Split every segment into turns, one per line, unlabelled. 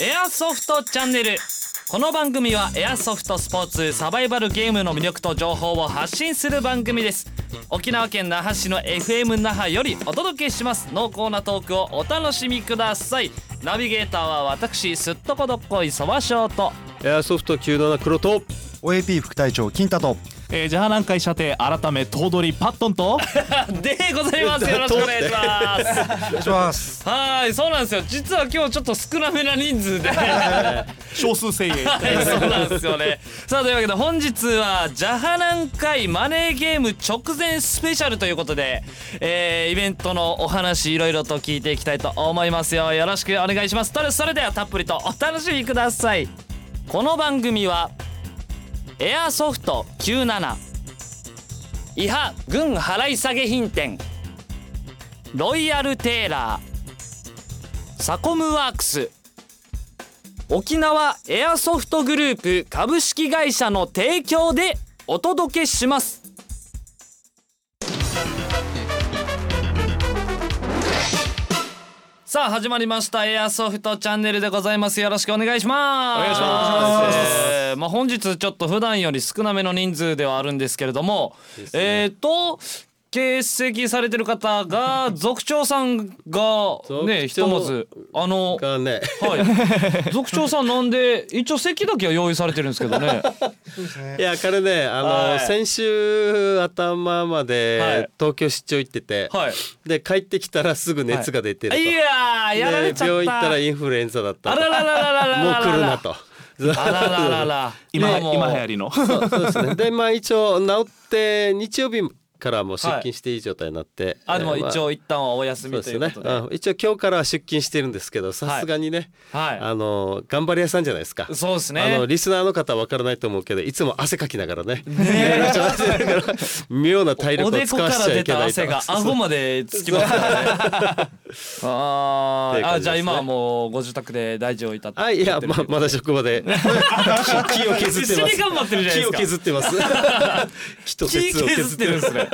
エアソフトチャンネルこの番組はエアソフトスポーツサバイバルゲームの魅力と情報を発信する番組です沖縄県那覇市の FM 那覇よりお届けします濃厚なトークをお楽しみくださいナビゲーターは私すっとこどっこいそばしょうと
エアソフト97黒と
OAP 副隊長金太と
えー、ジャーナン会射程改め頭取パットンと
でございますよろしくお願いします
お願いします
はいそうなんですよ実は今日ちょっと少なめな人数で
少数精鋭
はいそうなんですよねさあというわけで本日は「ジャハナン会マネーゲーム直前スペシャル」ということで、えーイベントのお話いろいろと聞いていきたいと思いますよよろしくお願いしますとりそれではたっぷりとお楽しみくださいこの番組はエアソフト97伊波軍払い下げ品店ロイヤルテーラーサコムワークス沖縄エアソフトグループ株式会社の提供でお届けしますさあ始まりましたエアソフトチャンネルでございますよろしくお願いしますお願いします、えーまあ本日ちょっと普段より少なめの人数ではあるんですけれども、えっ、と欠席されてる方 が族長さんがね
族長
ひとまずあ の
がね
はい。族長さんなんで一応席だけは用意されてるんですけど ね。
いや彼ねあの、
はい
先週頭まで、
はい
東京出張行ってて、
は
で帰ってきたらすぐ熱が出てると、
いやーやられちゃった。
で病院行ったらインフルエンザだった
あ
と
らららららららら。
もう来るなと。
あらららら。
今
もう
今流行りの
そうそうですねでまあ一応治って日曜日からもう出勤していい状態になって、
あでも
えーま
一応一旦はお休
そう
み
で
と
す
いう
よ
こ
ね
とで。
うん一応今日からは出勤してるんですけどさすがにね、
は
あの頑張り屋さんじゃないですか
い。そうです
あの
ね。
リスナーの方は分からないと思うけどいつも汗かきながらねい ろいろ汗かきながら妙な体
お
力を
で
使
こ
わ
か
せ
ら
ちゃ
出
いけ
た
ないと
汗が顎までつき ますからね。あ
っていう
ーあ
感じですね
じゃあ今はもうご自宅で大事をいたって。
あいやま まだ職場で木を削ってま
必死に頑張ってるじゃ
す
ないです
木を
か
削ってます木と
木
鉄を削
削
っ
ってて
る
るんですね。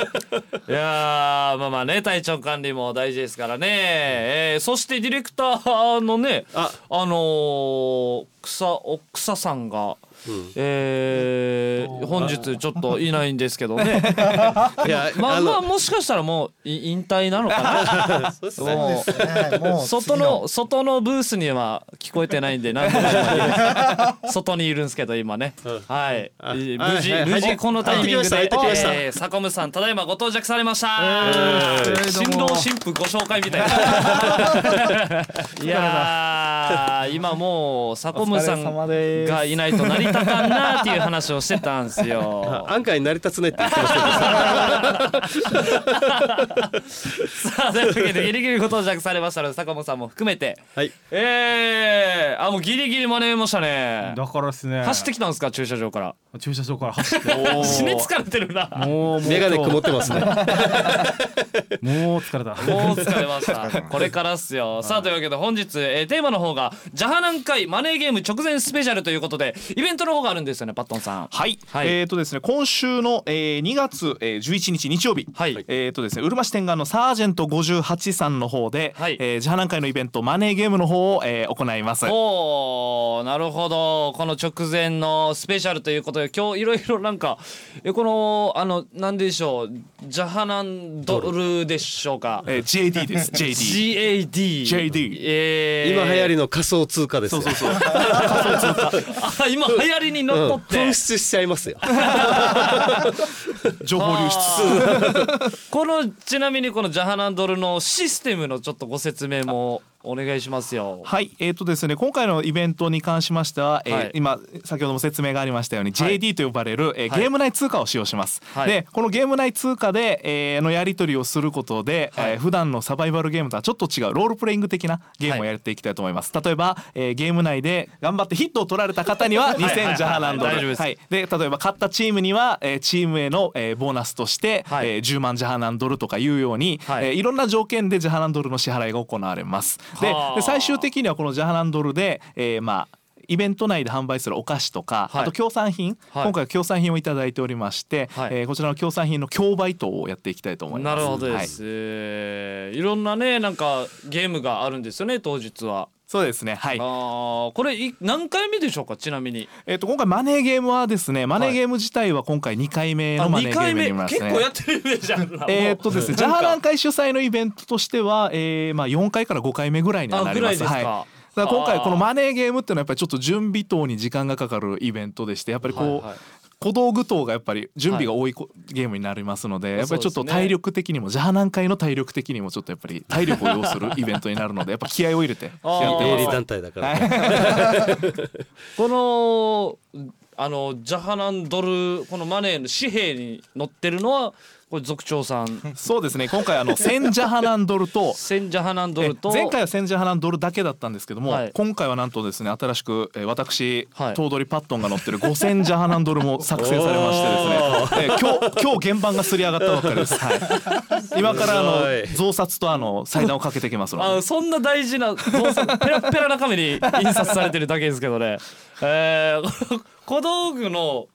いやーまあまあね体調管理も大事ですからね、えーそしてディレクターのねあ
あ
のー、草お草さんが、えー本日ちょっといないんですけどね
いや
まあま
あ
あ
の
もしかしたらもうい引退なのか
そうです
な
ね
もう
ねもう
外
次
の外のブースには聞こえてないんで何とも言えないです外にいるんですけど今ね、はい
あ
無事、
はいはい
無事このタイミング
入
で
ってきました
えーサコムさんただいまご到着されました、
えー
新郎新婦ご紹介みたいないやー今もうサコムさん
お疲れ様です
がいないと成り立たんなっていう話をしてたんです よ
案外成り立つねって言ってますけど
さあというわけでギリギリご到着されましたのでサコムさんも含めて
はい
ええあもうギリギリ間に合いましたね
だからですね
走ってきたんですか駐車場から
駐車場から走って
死に疲れてるなも
もうもう
眼鏡曇ってますね
もう疲れた
う疲れました これからっすよさあというわけで本日、えーテーマの方が「ジャハナン会マネーゲーム直前スペシャル」ということでイベントの方があるんですよねパットンさん
はい、
はい
えっ、とですね今週の、えー、2月、えー、11日日曜日
はい
えっ、とですねうるま市天眼のサージェント58さんの方で、
はい
えー、ジャーナン会のイベントマネーゲームの方を、えー、行います
おーなるほどこの直前のスペシャルということで今日いろいろなんかえこのあの何でしょうジャハナンドルでしょうか
えー、JD です JD
GAD
JD
えー、
今流行りの仮想通貨ですよ
あ今流行りに
う
のっとっ
ん
て、
紛失しちゃいますよ
情報流出
このちなみにこのジャハナンドルのシステムのちょっとご説明もお願いしますよ。
はい、えーとですね、今回のイベントに関しましては、えー
はい
今先ほども説明がありましたように、
はい
JD と呼ばれる、えー
はい
ゲーム内通貨を使用します。
はい
でこのゲーム内通貨で、えーのやり取りをすることで、
はい
えー普段のサバイバルゲームとはちょっと違うロールプレイング的なゲームをやっていきたいと思います。例えば、えーゲーム内で頑張ってヒットを取られた方には2000ジャーランドル
大丈夫です
はい、で例えば勝ったチームには、えーチームへの、えーボーナスとして、
はい
えー10万ジャーナンドルとかいうように、
はい
いえーいろんな条件でジャーナンドルの支払いが行われます。で
はあ
で最終的にはこのジャーナンドルで、えーまあイベント内で販売するお菓子とか、
はい
あと協賛品、
はい
今回は協賛品をいただいておりまして、
はい
えーこちらの協賛品の競売等をやっていきたいと思いま
な
す。
るほどで
はい
す、い。ろんなねなんかゲームがあるんですよね当日は。
そうですねはい
あーこれい何回目でしょうかちなみに
えっと今回マネーゲームはですねマネーゲーム自体は今回2回目のマネー
二
ゲームになります
結
ね
構やってるイメージあるな
えーっとですね、ジャハラン会主催のイベントとしては、えーまあ4回から5回目ぐらいには
あ
な
ぐ
り
ら
ま
い
す。
ですか、
はい。ただ今
あ
回
ー
このマネーゲームっていうのはやっぱりちょっと準備等に時間がかかるイベントでして、やっぱりこう、
はいはい
小道具等がやっぱり準備が多いこ、ゲームになりますのでやっぱりちょっ
そう
と
ですね
体力的にも、ジャハラン会の体力的にもちょっとやっぱり体力を要するイベントになるのでやっぱ気合を入れてやって
あー
営利
ます。
団体だから、ね、
このあのジャハナンドルこのマネーの紙幣に載ってるのはこれ族長さん
そうですね今回あの千ジャハランドルと
センジャハナンドルと
え前回は千ジャハランドルだけだったんですけども、
はい
今回はなんとですね新しく、えー私、
はい
頭取パットンが乗ってる五千ジャハランドルも作成されましてですね、えー今日今日現版がすり上がったばっかりです、 はい、今からあ
すごい
の増刷とあの祭壇をかけてきますので
あそんな大事な動作ペラッペラな紙に印刷されてるだけですけどねえー、 この小道具の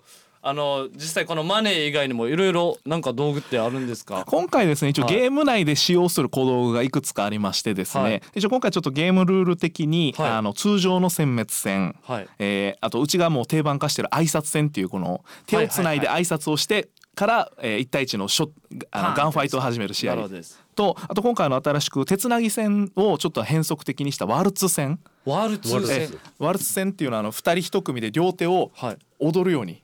あの実際このマネー以外にもいろいろなんか道具ってあるんですか
今回ですね一応
はい
ゲーム内で使用する小道具がいくつかありましてですね、
はい
一応今回ちょっとゲームルール的に、
はい
あの通常の殲滅戦、
はい
えーあとうちがもう定番化してる挨拶戦っていうこの手をつないで挨拶をしてから、えー一対一のショあ
は
の
い
ガンファイトを始める試
なる
合
ほどです
とあと今回の新しく手つなぎ戦をちょっと変則的にしたワルツ戦
ワルツ
ワルツ
え
戦
ワルツ戦っていうのはあの二人一組で両手を
はい
踊るように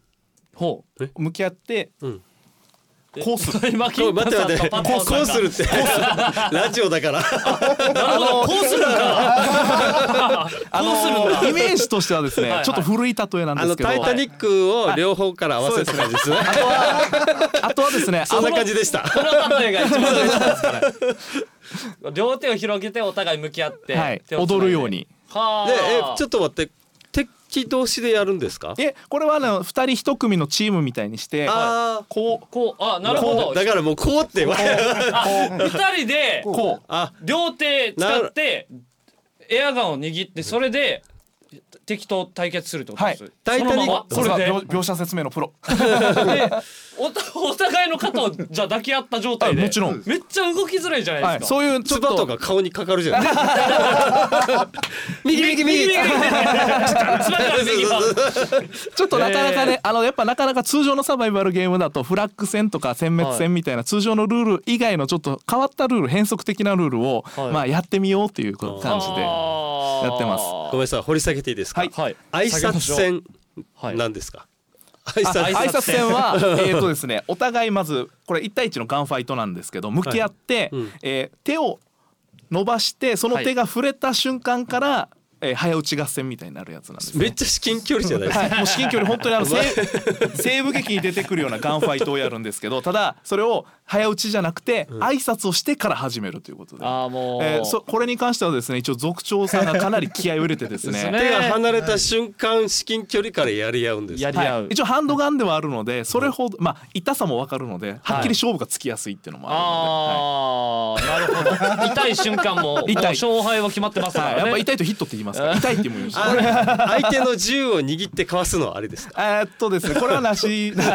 ほう
向き合って
うん
コース
今
ちょ待って待ってこ
パ
う
ッと
こうするってラジオだから
なるほどこうするんだこうするん
あ
だ
のイメージとしてはですね
はいはい
ちょっと古い例えなんで
あ
す
の「
けど
タイタニック」を両方から合わせた感じですね
あとはあとはですね
そんな感じでした
この例えが一番大事ですから 両手を広げてお互い向き合って、
はい
手をつな
踊
で
るように
はあ
でえちょっと待って敵同士でやるんですか
えこれはあの二人一組のチームみたいにして
あー
こう
こうあなるほど
だからもうこうって言われ
二人で
こう
あ
両手使ってエアガンを握ってそれで敵と対決するってことです、
はい
タイタニック
そのままそれで
描写説明のプロ
でおたお 互いの肩をじゃあ抱き合った状態で
あもちろん
めっちゃ動きづらいじゃな
はいい
ですか、
そういうちょ
唾
っと
とか顔にかかるじゃない右右右
右右右つまから 右パン
ちょっとなかなかね、あのやっぱなかなか通常のサバイバルゲームだとフラッグ戦とか殲滅戦みたいな通常のルール以外のちょっと変わったルール変則的なルールを、
はい
まあやってみようっていう感じで
や
ってます
ごめんなさい掘り下げていいですか
はいはい
挨拶戦
はい
なんですか挨
あ挨
拶
拶戦はえっとですねお互いまずこれ1対1のガンファイトなんですけど向き合って、
うん
えー手を伸ばしてその手が触れた瞬間から、えー早打ち合戦みたいになるやつなんですね
めっちゃ至近距離じゃないです
は
か
い、もう至近距離本当にあの西西部劇に出てくるようなガンファイトをやるんですけどただそれを早打ちじゃなくて挨拶をしてから始めるということで、
ああもう、
えーそこれに関してはですね一応族長さんがかなり気合を入れてです
です
ね
ね
手が離れた瞬間至近距離からやり合うんです
やり合う、
はい、一応ハンドガンではあるのでそれほど、まあ、痛さも分かるのではっきり勝負がつきやすいっていうのもあ
ああ、なるほど。痛い瞬間も、
痛い
もう勝敗は決まってます
るので、
から
はいやっぱ
ね。
痛いとヒットって言いますから痛いっても言いました
あ相手の銃を握ってかわすのはあれですか
えーっとですねこれはなし
確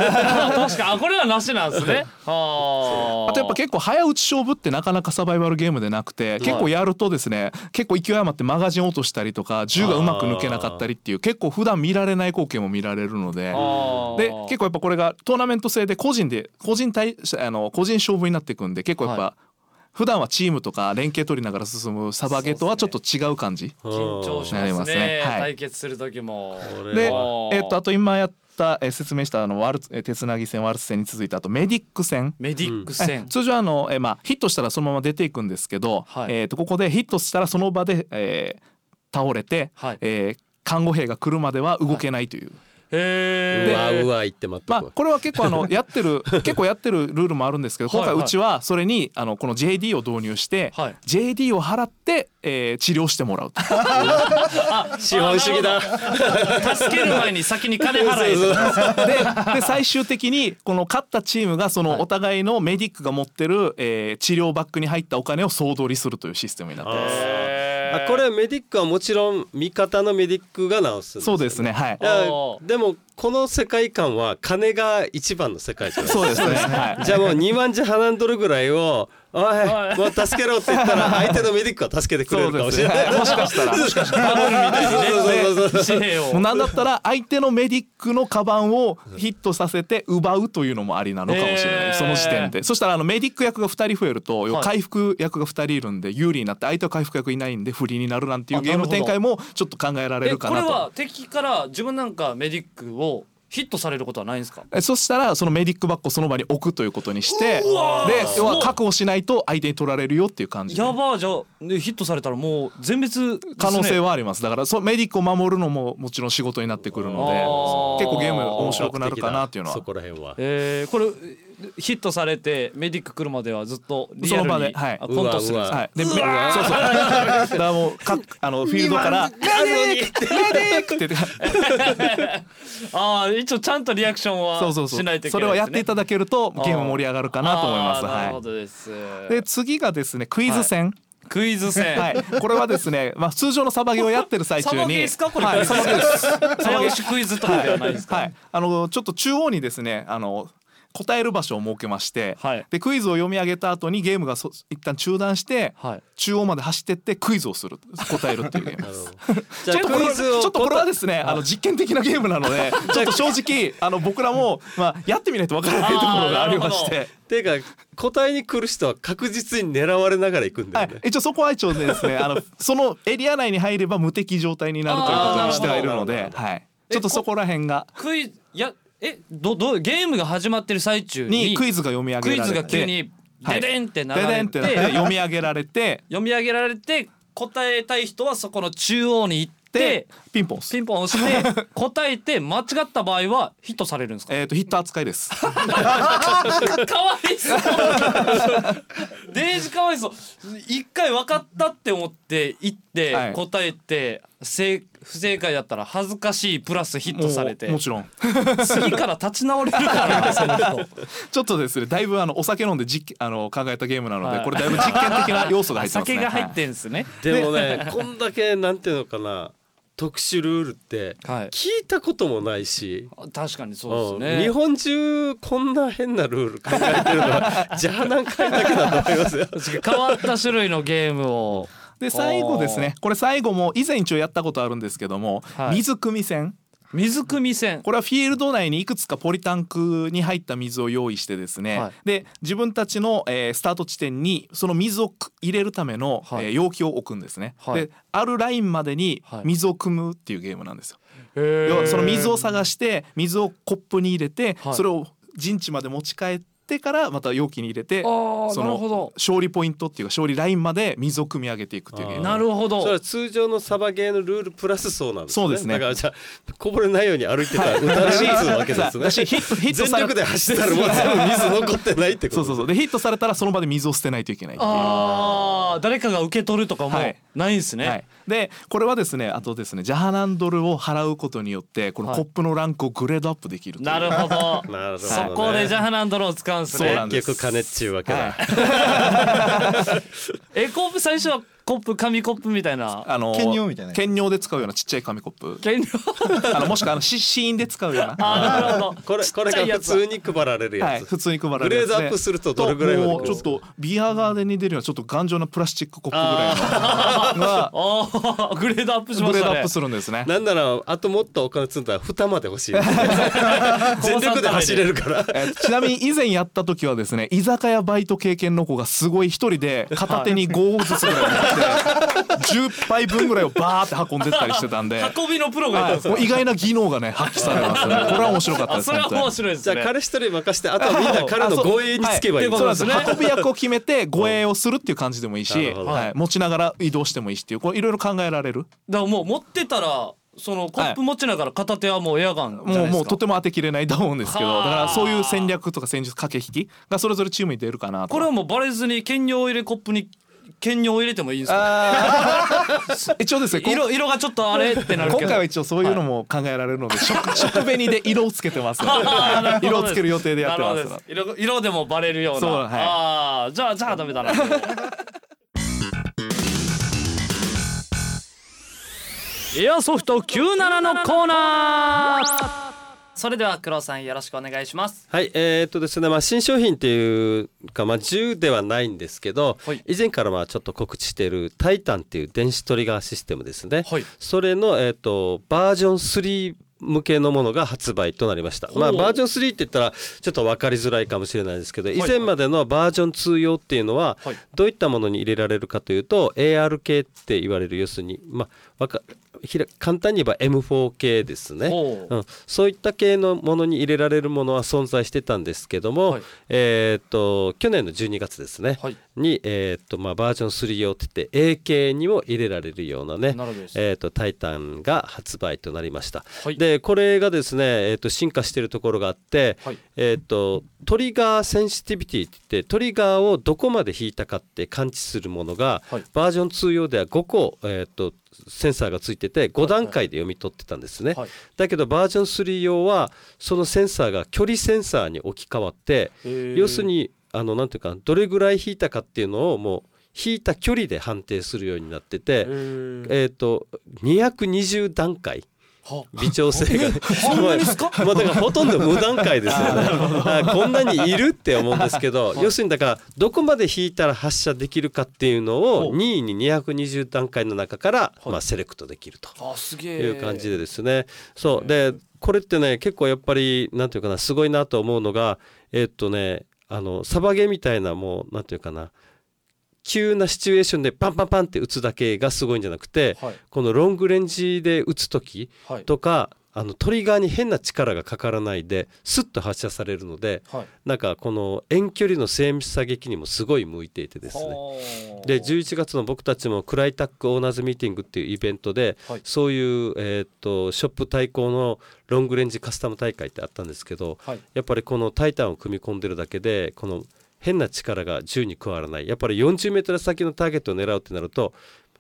か、あ、これはなしなんですね。 は
あとやっぱ結構早打ち勝負ってなかなかサバイバルゲームでなくて結構やるとですね結構勢い余ってマガジン落としたりとか銃がうまく抜けなかったりっていう結構普段見られない光景も見られるので。
構
で結構やっぱこれがトーナメント制で個人で個人対あの個人勝負になっていくんで結構やっぱ、
は
普段はチームとか連携取りながら進むサバゲとはちょっと違う感じ
緊張し
なり
ま
ますす
ね
ね。はい
対決する時も。
れ
で、え
は
っとあと今やった、えー説明したあのワルツえー手つなぎ戦ワルツ戦に続いてあとメディック戦
メディック
え
戦。
通常あの、えーまあ、ヒットしたらそのまま出ていくんですけど、
はい
えー、とここでヒットしたらその場で、えー倒れて、
はい
えー看護兵が来るまでは動けないという、
へ
う
え。
わうわ言って待って
まあ
こい
これは結構 あのやってる結構やってるルールもあるんですけど今
はい
回
はいう
ちはそれにあのこの JD を導入して、
はい
JD を払って、えー治療してもらうと
資本主義だ
助ける前に先に金払えと。
でで最終的にこの勝ったチームがそのお互いのメディックが持ってる、えー治療バッグに入ったお金を総取りするというシステムになってます。
へー
あこれメディックはもちろん味方のメディックが直すん
そうですねはい
いや
おー
でもこの世界観は金が一番の世 界じゃない
そうですね。はい。
じゃあもう2万字はんどるぐらいを「おいもう助けろ」って言ったら相手のメディックは助けてくれるかもしれない。
そうですねはいもしかしたらもしか
バブルみたい
そうそうそう
に
そ
ね紙
う
幣
もう
を
なんだったら相手のメディックのカバンをヒットさせて奪うというのもありなのかもしれない、
えー
その時点でそしたらあのメディック役が2人増えると、要は回復役が2人いるんで有利になって相手は回復役いないんで不利になるなんてい
あ
う
な
ゲ
る
ー
ほ
ム
ど
展開もちょっと考えられ
え
るか
こ
な
れ
と。
は敵から自分なんかメディックをヒットされることはないんですか
えそしたらそのメディックバッグをその場に置くということにしてで要は確保しないと相手に取られるよっていう感じで
やばーじゃあねヒットされたらもう全滅ですね
可能性はありますだからそうメディックを守るのももちろん仕事になってくるので
あー
結構ゲーム面白くなるかなっていうのは
そこら辺は。
えー、これヒットされてメディック来るまではずっとリアル
その場
に
ではい
あコントするんです
うわうわ
はい、でめそう そうだからもうかあのフィールドから「メディックメディック!」って
ああ一応ちゃんとリアクションは
そうそうそう
しないといけ
それ
ないですね
をやっていただけると
ー
ゲーム盛り上がるかなと思います。
あーなるほ
は
どです、
い、で次がですねクイズ戦、
クイズ戦、
はい、これはですね、まあ、通常のサバゲーをやってる最中
サ
に
バゲーですかこれ、
はい、
サ
サ
バ
バ
ゲ
ゲ
ー
ー
で
ですす
早押しクイズとかではないですか、
はい、あのちょっと中央にですねあの答える場所を設けまして、
はい
でクイズを読み上げた後にゲームがそ一旦中断して、
はい
中央まで走ってってクイズをする答えるっていうゲームです
じゃあ
ちょっとこれ
クイズを
ちょっとこれはですねあの実験的なゲームなの でちょっと正直あの僕らも、まあ、やってみないとわからないところがありまし
あーな
て。
ていうか答えに来る人は確実に狙われながら行くんだ
は
よ
い
ね、。
一応そこは一応で すねあのそのエリア内に入れば無敵状態になるということにしてはいるの
あーなる
で
ほ、ど
はい、ちょっとそこら辺が
クイズいやえどどうゲームが始まってる最中に
にクイズが読み上
ク
げ
イ
られ
ズ
て
が急に
は
デ
い
デンって流
でで
れ、
んっててなって読み上げられ て
読み上げられて答えたい人はそこの中央に行って
でピンポン押す
ピンポン押して答えて間違った場合はヒットされるんですか
えっ、とヒット扱いです
かわいそうデイジかわいそう一回分かったって思って行って、
はい
答えて正不正解だったら恥ずかしいプラスヒットされて
もうもちろん
次から立ち直れるから なその人
ちょっとですねだいぶあのお酒飲んで実験あの考えたゲームなので、
はい
これだいぶ実験的な要素が入ってます ね
酒が入っ
はい
てんですね、
でもねこんだけなんていうのかな特殊ルールって
はい
聞いたこともないし、
確かにそう
うん
です
日
ね
本中こんな変なルール考えてるのはじゃあ何回だけだと思いますよ。
変わった種類のゲームを
で最後ですねこれ最後も以前一応やったことあるんですけども、
はい
水汲み戦
水汲み戦
これはフィールド内にいくつかポリタンクに入った水を用意してですね、
はい
で自分たちの、えースタート地点にその水をく入れるための、
はい
えー容器を置くんですね、
はい
であるラインまでに
はい
水を汲むっていうゲームなんですよ、要
要
はその水を探して水をコップに入れて、
はい
それを陣地まで持ち帰ってからまた容器に入れて
あー
そ
なるほ
の
ど
勝利ポイントっていうか勝利ラインまで水を汲み上げていくというゲーム
なるほ
それ
ど
は通常のサバゲーのルールプラスそうなんですね。
そうですね
だからじゃあこぼれないように歩いてたら打たれるつわけですね。
だしヒットヒット
全
され
力で走ったらもう全部水残ってないってこと。
そうそうそうでヒットされたらその場で水を捨てないといけないっていう
あー誰かが受け取るとかも
はい
ないんですね、
はい、でこれはですねあとですねジャハナンドルを払うことによってこの
はい
コップのランクをグレードアップできるという
なるほど
なるほどね
そこでジャハナンドローを使うんです
そう
ね
なんです
結局金っちゅうわけだ。
えコップ最初はコップ紙コップみたいな
あの
兼用みたいな
兼用で使うようなちっちゃい紙コップ
原料
あのもしくはあのしシーンで使うような
あなるほど
これこ
ちっ
れ
ちゃいや
が普
つだ
通に配られる
は
や
い、
つ。
普通に配られるやつで
グレードアップするとどれぐらいまで
もうちょっとビアガーデンに出るようなちょっと頑丈なプラスチックコップぐらい の
あ
が
ーグレードアップしま
グレ
し
ード
た
ア
ね
ップするんですね。
なんならあともっとお金積んだら蓋まで欲しい全力で走れるから
えーちなみに以前やった時はですね居酒屋バイト経験の子がすごい一人で片手に5ずつぐらい持って10杯分ぐらいをバーって運んでったりしてた んで。
運びのプロがいたんです
はい、もう意外な技能がね発揮されますね。これは面白かった
あ
です。
それは
本当に
面白いで
じゃ
す
あ
ね
彼一人任してあとはみんな彼の護衛につけばいい
あ
そうなん
そう
です
ですね
運び役を決めて護衛をするっていう感じでもいい
なる
し、
ほど
はい、持ちながら移動してもいいしっていうこういろいろ考えられる
だからもう持ってたらそのコップ持ちながら片手はもうエアガンじゃないう
も
ですか
もうとても当てきれないと思うんですけど
はあ
だからそういう戦略とか戦術駆け引きがそれぞれチームに出るかなと
これはもうバレずに兼用入れコップに兼用入れてもいいんですか
一応ですねこん
色色がちょっとあれってなる
今
けど
回は一応そういうのも考えられ るので、食食紅で色をつけてますので 色をつける予定でやってま
な
す
るほどです色色でもバレるような
そうはい
ああじゃあじゃあダメだなエアソフト97のコーナーそれでは黒さんよろしくお願いします
はい、えーっとですね、まあ、新商品っていうか、まあ、銃ではないんですけど、
はい
以前からまあちょっと告知しているタイタンっていう電子トリガーシステムですね、
はい
それの、えーっとバージョン3向けのものが発売となりました、
ほう
まあ、バージョン3って言ったらちょっと分かりづらいかもしれないですけど以前までのバージョン2用っていうのは
はい
どういったものに入れられるかというと AR 系って言われる要するに、まあ、わかひら簡単に言えば M4 系ですね。
ほう
うん、そういった系のものに入れられるものは存在してたんですけども、
はい
えーっと去年の12月ですね、
はい
に、えーっとまあ、バージョン3用って言って A 系にも入れられるようなね
なるほどです
えーっとタイタンが発売となりました、
はい
でこれがですね、えーっと進化しているところがあって、
はい
えーっとトリガーセンシティビティって言ってトリガーをどこまで引いたかって感知するものが、
はい
バージョン2用では5個、えーっとセンサーがついてて5段階で読み取ってたんですね、
はい
だけどバージョン3用はそのセンサーが距離センサーに置き換わって要するにあのなんていうかどれぐらい引いたかっていうのをもう引いた距離で判定するようになってて、えー、と220段階
は
微調整がまあ まあだからほとんど無段階です よねはいこんなにいるって思うんですけど、要するにだからどこまで引いたら発射できるかっていうのを2位に220段階の中から、まあ、セレクトできると。
あすげえ
いう感じでですね。そうでこれってね結構やっぱりなんていうかなすごいなと思うのがえっとねあのサバゲみたいなもうなんていうかな急なシチュエーションでパンパンパンって打つだけがすごいんじゃなくて、
はい
このロングレンジで打つ時
はい
とか、あのトリガーに変な力がかからないでスッと発射されるので
はい
なんかこの遠距離の精密射撃にもすごい向いていてですね。
ね
で11月の僕たちもクライタックオーナーズミーティングっていうイベントで、
はい
そういう、えーっとショップ対抗のロングレンジカスタム大会ってあったんですけど、
はい
やっぱりこの「タイタン」を組み込んでるだけでこの変な力が銃に加わらないやっぱり 40m 先のターゲットを狙うってなると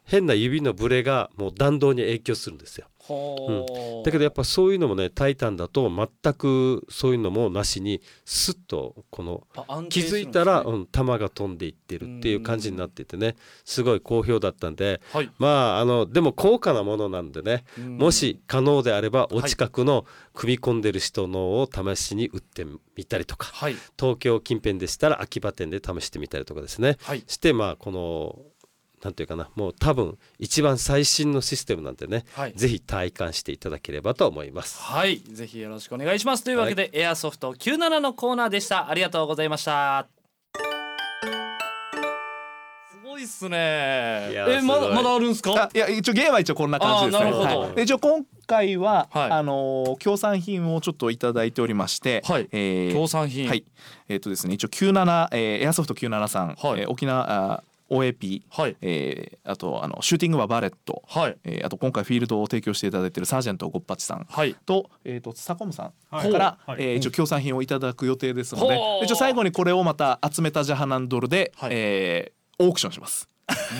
変な指のブレがもう弾道に影響するんですよ。
ほう
だけどやっぱそういうのもね「タイタン」だと全くそういうのもなしにスッとこの
あ安定
気
する
づ
んです
い
ね
たら、うん、弾が飛んでいってるっていう感じになっててねすごい好評だったんで
はい
まああのでも高価なものなんでね
うん
もし可能であればお近くの組み込んでる人のを試しに売ってみたりとか
はい
東京近辺でしたら秋葉店で試してみたりとかですね
はい
してまあこのなんていうかなもう多分一番最新のシステムなんでね
はい
ぜひ体感していただければと思います。
はいぜひよろしくお願いしますというわけで、エアソフト97のコーナーでしたありがとうございましたすごいっすね
いや
え
すご
ま
い
だまだあるんす
あ
か
いや一応ゲームは一応こんな感じです
あーな
ね。
るほど
はいで一応今回は、
はい
あのー協賛品をちょっといただいておりまして、
はい
えー
協賛品
はい、えっ、とですね一応97、えーエアソフト97さん、
はい
えー沖縄あー OAP、
はい
えーあとあのシューティングはバレット、
はい
えーあと今回フィールドを提供していただいているサージェントゴッパチさん
はい
と,、えー、とサコムさんか
はい
ら、
はい
えー一応協賛品をいただく予定ですので
ほう
一応最後にこれをまた集めたジャハナンドルで、
はい
えーオークションします。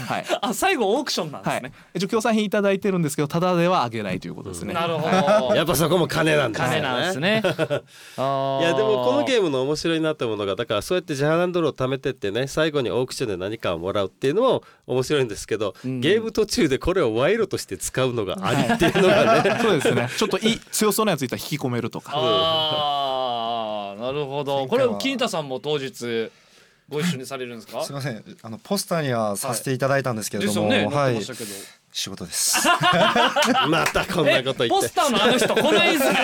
はい
あ最後オークションなんで
は
す
い
ね、、
一応協賛品いただいてるんですけどただではあげないということです ね。
なるほ
はい
ど
やっぱそこも金なんですよね。
金なんですね あ
いやでもこのゲ
ー
ームの面白いなってものがだからそうやってジャーナンドルを貯めてってね最後にオークションで何かをもらうっていうのも面白いんですけど、ゲーム途中でこれを賄賂として使うのがありっていうの がね、
そうですねちょっといい強そうなやついたら引き込めるとか
ああなるほどこれ金太さんも当日ご一緒にされるんです か
すいませんあのポスターにはさせていただいたんですけれ
で
ど
すよ
も、
ね載
は
って
い
ましたけど、
仕事です。
またこんなこと
え
言
ポ
って
スターのあの人来 ないんすね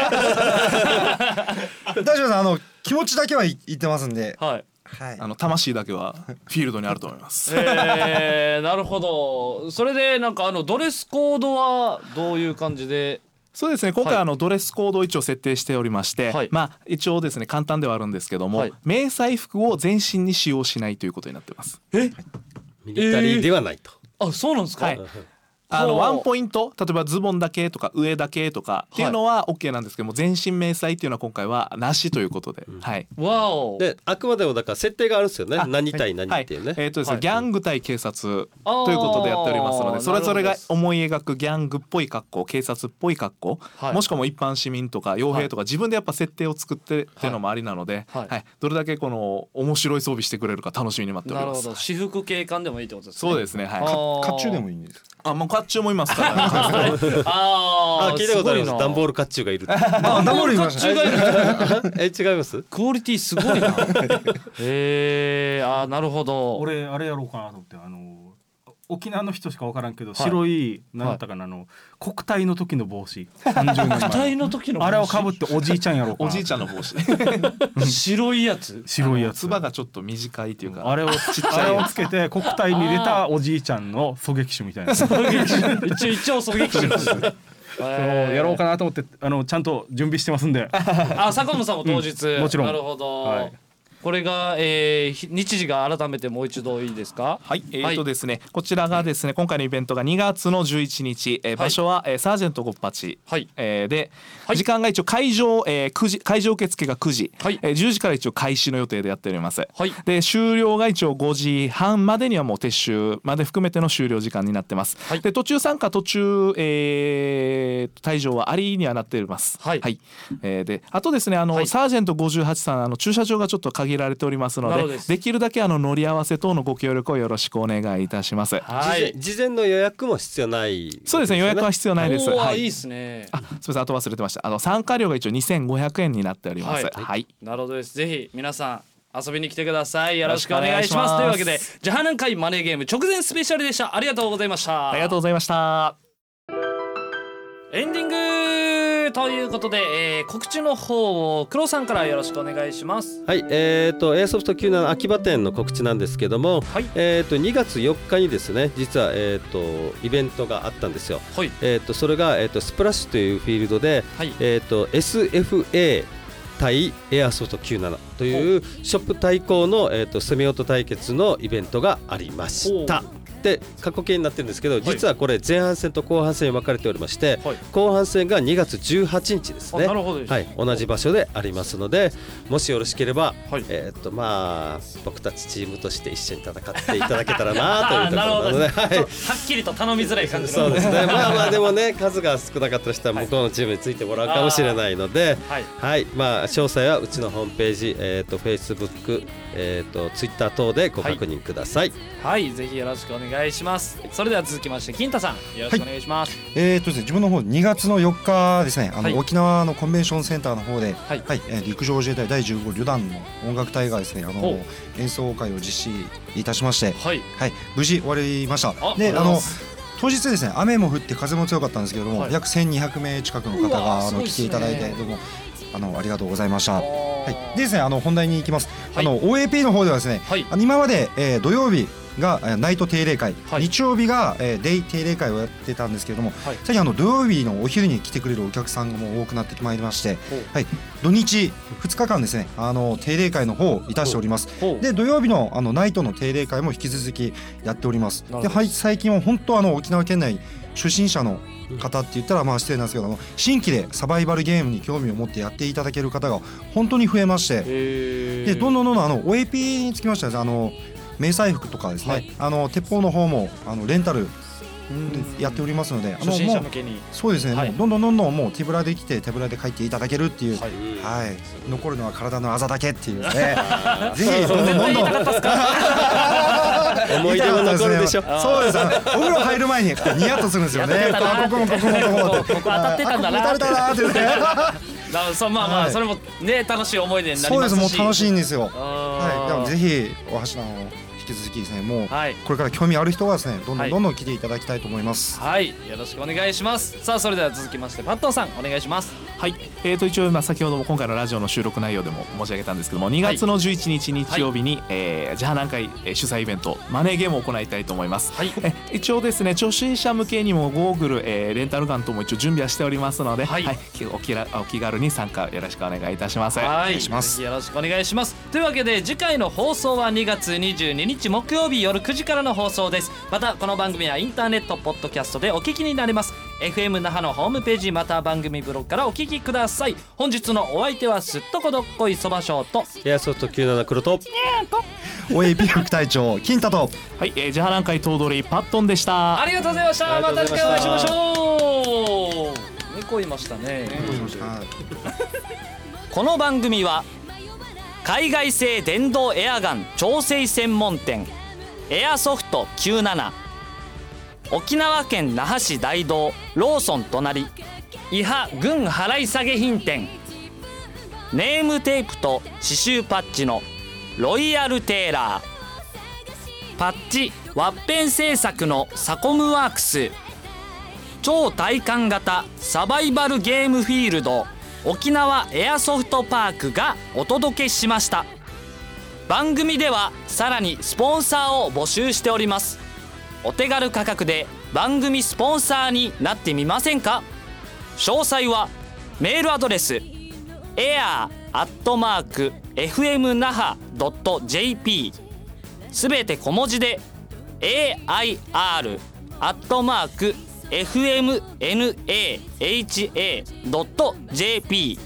大丈夫ですあの気持ちだけはい言ってますんで、
はい
はい
あの魂だけはフィールドにあると思いま す。
えー、なるほどそれでなんかあのドレスコードはどういう感じで
そうですね今回
はい
あのドレスコードを一応設定しておりまして、
はい
まあ一応ですね簡単ではあるんですけども、
はい
迷彩服を全身に使用しないということになってます。
ミリタリーではないと、
あそうなんですか、
はいあ
ほ
の
う
ワンポイント例えばズボンだけとか上だけとかっていうのは OK なんですけども、全身迷彩っていうのは今回はなしということで、はい。
わお
であくまでもだから設定があるんですよね
あ
何対何っていうね、
はいえーとですね
はい
ギャング対警察
あー
ということでやっておりますのでそれぞれ
な
が
るほ
思い描くギャングっぽい格好警察っぽい格好、
はい
もしくはもう一般市民とか傭兵とか自分でやっぱ設定を作ってっていうのもありなので、
は
はいいどれだけこの面白い装備してくれるか楽しみに待ってお
な
り
る
ま
ほ
す。
ど私服警官でもいいってことですね
そうですすね、はい
あー
甲冑でもいいんです。
あもう甲冑もいますから、ね、
あ
あ聞いたことありますダンボ
ル
ール甲冑がいる
まあダンボールいま
甲
した
冑
ね
がいる
え違います
クオリティす ごいなえー、あーなるほど
俺あれやろうかなと思ってあの沖縄の人しか分からんけど、白い何だったかな、あの国体の時の帽子30年
期
前
待の時の
あれをかぶっておじいちゃんやろうかな
おじいちゃんの帽子
白いや つ
白いや
あの
つ
つばがちょっと短いっていうか
あれをちっちゃいあれをつけて国体に出たおじいちゃんの狙撃手みたいな そ
一応一応狙撃手です
うやろうかなと思ってあのちゃんと準備してますんで
あ坂本さんも当日、
うんもちろん
なるほど、
はい
これが、えーひ日時が改めてもう一度いいですか
はい、え
は
ー
い
とですね、こちらがですね、今回のイベントが2月の11日、えー場所は、えーサージェントゴッパチ、
はい
えーで、
はい
時間が一応会場、えー9時会場受付が9時、
はい
えー10時から一応開始の予定でやっております。
はい
で終了が一応5時半までにはもう撤収まで含めての終了時間になってます。
はい
で途中参加途中、えー、退場はありにはなっております。
はい
えーであとですねあの、
はい
サージェント58さんあの駐車場がちょっと限られておりますの
なる
で
ほどです
できるだけあの乗り合わせ等のご協力をよろしくお願いいたします。
は
事前
い
事前の予約も必要ない
そうですね予約は必要ないです。
おー、
はい
い
い。
ですね
あすみませんあと忘れてましたあの参加料が一応2500円になっております。
はい
はい
なるほどですぜひ皆さん遊びに来てくださいよろしくお願いしますという
よろ
わ
し
け
くお願
で
いします
ジャハナン会マネーゲーム直前スペシャルでしたありがとうございました
ありがとうございました。
エンディングということで、えー告知の方を黒さんからよろしくお願いします
はい、えー、と Airsoft 97秋葉店の告知なんですけども、
はい
えー、と2月4日にですね実は、えー、とイベントがあったんですよ、
はい
えー、とそれが、えー、とスプラッシュというフィールドで、
はい
えー、と SFA 対 Airsoft 97というショップ対抗の、えー、とセミオート対決のイベントがありました
ほ。
で過去形になってるんですけど実はこれ前半戦と後半戦に分かれておりまして、
はい
後半戦が2月18日です
あ
ね。
なるほどです、
はい、同じ場所でありますのでもしよろしければ、
はい
えーっとまあ僕たちチームとして一緒に戦っていただけたらなというところなの で
あーなるほど
はい
ちょっとはっきりと頼みづらい感じの
そうですねまあまあでもね数が少なかった人は向こうのチームについてもらうかもしれないので。
はい
はい、まあ詳細はうちのホームページ、えっ、と Facebook、えっ、と Twitter 等でご確認ください。
はい、ぜひよろしくお願いします。それでは続きまして、金太さん、よろしくお願いします。
えーっとですね自分の方2月の4日ですねあの、
はい
沖縄のコンベンションセンターの方で、
はい
はいえー陸上自衛隊第15旅団の音楽隊がですねあ
ほ
の演奏会を実施いたしまして、
はい、
はい、無事終わりました
ああ
で
りがとうござい
あ
ま
の当日ですね雨も降って風も強かったんですけれども、
はい
約1200名近くの方
うわー
があ
すご
の
いっ
来
す
て
ね
いただいてどうもあのありがとうございました。は、
はい
でですねあの本題に行きます、
はい
あの OAP の方ではですね
はい、
あの今まで、えー土曜日がえーナイト定例会、
はい
日曜日が、えーデイ定例会をやってたんですけれども、
はい
最近あの土曜日のお昼に来てくれるお客さんがもう多くなってまいりまして
ほう、
はい、土日2日間ですねあの定例会の方をいたしております
ほう
で土曜日のあのナイトの定例会も引き続きやっております
なるほど
で、はい、最近は本当あの沖縄県内初心者の方って言ったらまあ失礼なんですけどあの新規でサバイバルゲームに興味を持ってやっていただける方が本当に増えましてで
で
どん
ん
どんどんどんあの OAP につきましてはあの迷彩服とかですね、
はい
あの鉄砲の方もあのレンタルでやっておりますので、あの
初心者
も
向
う
けに。
そうですね、
はい
もうどんどんどんどんもう手ぶらで来て手ぶらで帰っていただけるっていう、
は
はいい、
うん
残るのは体のあざだ けっていうねぜひどんどん
絶
ど
対
ん
言
ど
い
ん
たかったっすか。
思い出も残るでしょ。
そうですね お風呂入る前にこうニヤッとするんですよね
やってたな
あここもここもここも
ここ当たってたんだ な
あここ当たってたなーってね
だからそうまあま
は
あ、
い
それもね、楽しい思い出になり
そう
ま
ですす
し。
もう楽しいんですよはい、で
は
も
い、
ぜひお箸の引き続きですねもう
はい。
これから興味ある人はですねどんど
はい
んどんどん来ていただきたいと思います、
はい、よろしくお願いします。さあ、それでは続きまして、パットンさん、お願いします。
はい、えー、と一応まあ先ほども今回のラジオの収録内容でも申し上げたんですけども2月の11日日曜日に、えー、ジャーナン会えー主催イベントマネーゲームを行いたいと思います、
はい
え一応ですね初心者向けにもゴーグル、えーレンタルガンとも一応準備はしておりますので、
は
はいいきお気らお気軽に参加よろしくお願いいたします
はい、
いします
ぜひよろしくお願いしますというわけで次回の放送は2月22日木曜日夜9時からの放送ですまたこの番組はインターネットポッドキャストでお聞きになれます FM 那覇のホームページまたは番組ブログからお聞きください本日のお相手はすっとこどっこいそば賞と
エアソフト97黒と。
OAP 副隊長金太と
はい、えー、ジャーナン会頭取パットンでした
ありがとうございました
ありが
ま
とう
た
ござ
次
い
回お
ま
会い
し
したましょう猫いましたね
はい
この番組は海外製電動エアガン調整専門店エアソフト97沖縄県那覇市大道ローソン隣伊波軍払い下げ品店ネームテープと刺繍パッチのロイヤルテーラーパッチワッペン製作のサコムワークス超体感型サバイバルゲームフィールド沖縄エアソフトパークがお届けしました番組ではさらにスポンサーを募集しておりますお手軽価格で番組スポンサーになってみませんか詳細はメールアドレス air.fmnaha.jp すべて小文字で air.fmnaha.jp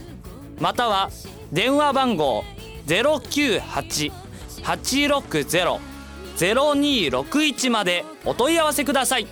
または電話番号098-860-0261までお問い合わせください。